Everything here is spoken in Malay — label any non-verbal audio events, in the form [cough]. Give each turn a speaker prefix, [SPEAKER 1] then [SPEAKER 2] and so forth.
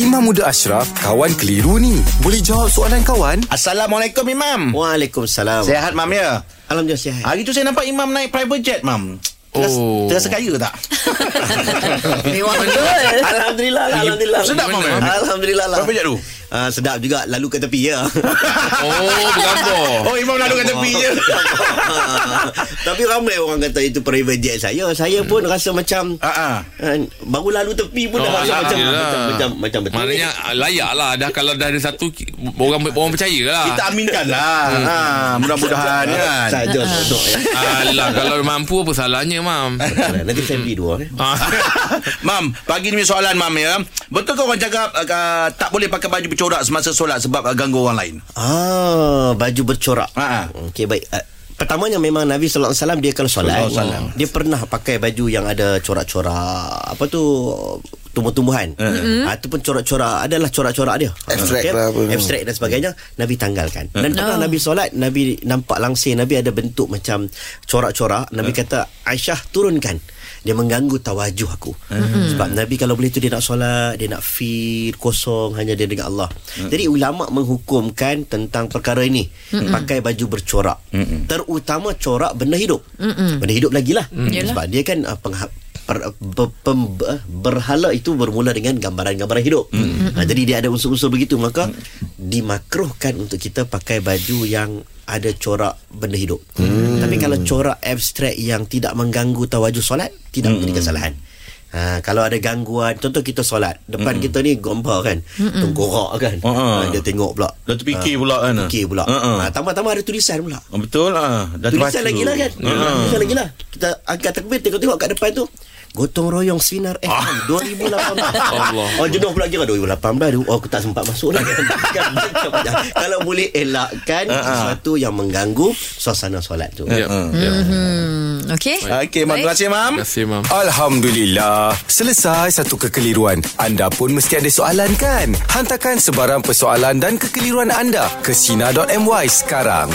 [SPEAKER 1] Imam Muda Ashraf, kawan keliru ni. Boleh jawab soalan kawan?
[SPEAKER 2] Assalamualaikum Imam
[SPEAKER 3] Waalaikumsalam.
[SPEAKER 2] Sehat
[SPEAKER 3] Sehat.
[SPEAKER 2] Mam ya
[SPEAKER 3] Alhamdulillah sihat.
[SPEAKER 2] Hari tu saya nampak Imam naik private jet Mam Terasa,
[SPEAKER 1] Oh.
[SPEAKER 2] terasa kaya [laughs] tak?
[SPEAKER 4] Mewah betul.
[SPEAKER 3] [laughs] Alhamdulillah, lah, alhamdulillah.
[SPEAKER 2] Sedap, Mam, eh?
[SPEAKER 3] Alhamdulillah lah.
[SPEAKER 2] Berapa jat tu?
[SPEAKER 3] Ah, sedap juga lalu ke tepi ya. [laughs]
[SPEAKER 1] Oh, bergambar.
[SPEAKER 2] Oh Imam lalu kat tepi je
[SPEAKER 3] Tapi ramai orang kata itu private jet saya. Saya pun rasa macam
[SPEAKER 2] Ah, ah.
[SPEAKER 3] ah, baru lalu tepi pun dah
[SPEAKER 5] Oh,
[SPEAKER 3] rasa macam,
[SPEAKER 5] alhamdulillah.
[SPEAKER 3] macam macam macam betul.
[SPEAKER 5] Maknanya ah, layak lah dah, Kalau dah ada satu ki- Orang orang percaya lah
[SPEAKER 2] Kita aminkan lah ha, Mudah-mudahan kan
[SPEAKER 3] saja Ah, sosok ya.
[SPEAKER 5] Alah Kalau mampu apa salahnya mam
[SPEAKER 3] Nanti saya beli dua eh.
[SPEAKER 5] Ah.
[SPEAKER 2] [laughs] Mam, pagi ni punya soalan Mam ya Betul ke orang cakap uh, Tak boleh pakai baju bercorak Semasa solat Sebab uh, ganggu orang lain
[SPEAKER 3] Ah, baju bercorak.
[SPEAKER 2] Ah, ah.
[SPEAKER 3] Okey baik. Ah, Pertamanya memang Nabi sallallahu alaihi wasallam dia kalau solat
[SPEAKER 2] Sallallahu alaihi wasallam.
[SPEAKER 3] dia pernah pakai baju yang ada corak-corak apa tu tumbuh-tumbuhan.
[SPEAKER 2] Eh.
[SPEAKER 3] Mm-hmm. Ah, itu pun corak-corak adalah corak-corak dia.
[SPEAKER 6] Abstract lah apa. Hmm.
[SPEAKER 3] Abstract dan sebagainya Nabi tanggalkan. Dan pernah Nabi solat Nabi nampak langsir Nabi ada bentuk macam corak-corak
[SPEAKER 6] Hmm.
[SPEAKER 3] Nabi kata Aisyah turunkan. Dia mengganggu tawajuh aku.
[SPEAKER 6] Hmm.
[SPEAKER 3] Sebab Nabi kalau boleh tu dia nak solat, dia nak feel kosong hanya dia dengan Allah.
[SPEAKER 6] Hmm.
[SPEAKER 3] Jadi ulama menghukumkan tentang perkara ini.
[SPEAKER 6] Hmm.
[SPEAKER 3] Pakai baju bercorak. Terutama corak benda hidup.
[SPEAKER 6] Hmm.
[SPEAKER 3] Benda hidup lagilah. Sebab dia kan uh, pengha- per, ber, pem, eh, berhala itu bermula dengan gambaran-gambaran hidup. Mm. Ha, jadi dia ada unsur-unsur begitu maka dimakruhkan untuk kita pakai baju yang ada corak benda hidup. Mm. Tapi kalau corak abstrak yang tidak mengganggu tawaju solat tidak mm. menjadi kesalahan. Ha, kalau ada gangguan Contoh kita solat Depan mm kita ni gombar kan mm Tenggorak kan
[SPEAKER 2] Ha-ha.
[SPEAKER 3] ha, Dia tengok pula
[SPEAKER 2] Dia terfikir pula kan?
[SPEAKER 3] Terfikir pula
[SPEAKER 2] Ha-ha.
[SPEAKER 3] ha, Tambah-tambah ada tulisan pula
[SPEAKER 2] Oh, Betul lah Dah
[SPEAKER 3] Tulisan
[SPEAKER 2] terbaca.
[SPEAKER 3] lagi lah kan
[SPEAKER 2] Ah.
[SPEAKER 3] Tulisan lagi lah Kita angkat tekbir Tengok-tengok kat depan tu Gotong royong sinar FM
[SPEAKER 2] Ah.
[SPEAKER 3] 2018
[SPEAKER 5] Allah.
[SPEAKER 3] Oh jenuh pula kira 2018 tu, Oh aku tak sempat masuk lah [laughs] Kan, kan, Kalau boleh elakkan
[SPEAKER 2] Ha,
[SPEAKER 3] Sesuatu yang mengganggu Suasana solat tu
[SPEAKER 5] Ya, ya.
[SPEAKER 4] Hmm, Okey.
[SPEAKER 2] Okey, Mam,
[SPEAKER 4] Baik.
[SPEAKER 2] terima kasih Mam
[SPEAKER 5] Terima kasih mam
[SPEAKER 1] Alhamdulillah. Selesai satu kekeliruan. Anda pun mesti ada soalan kan? Hantarkan sebarang persoalan dan kekeliruan anda ke Sina.my sekarang.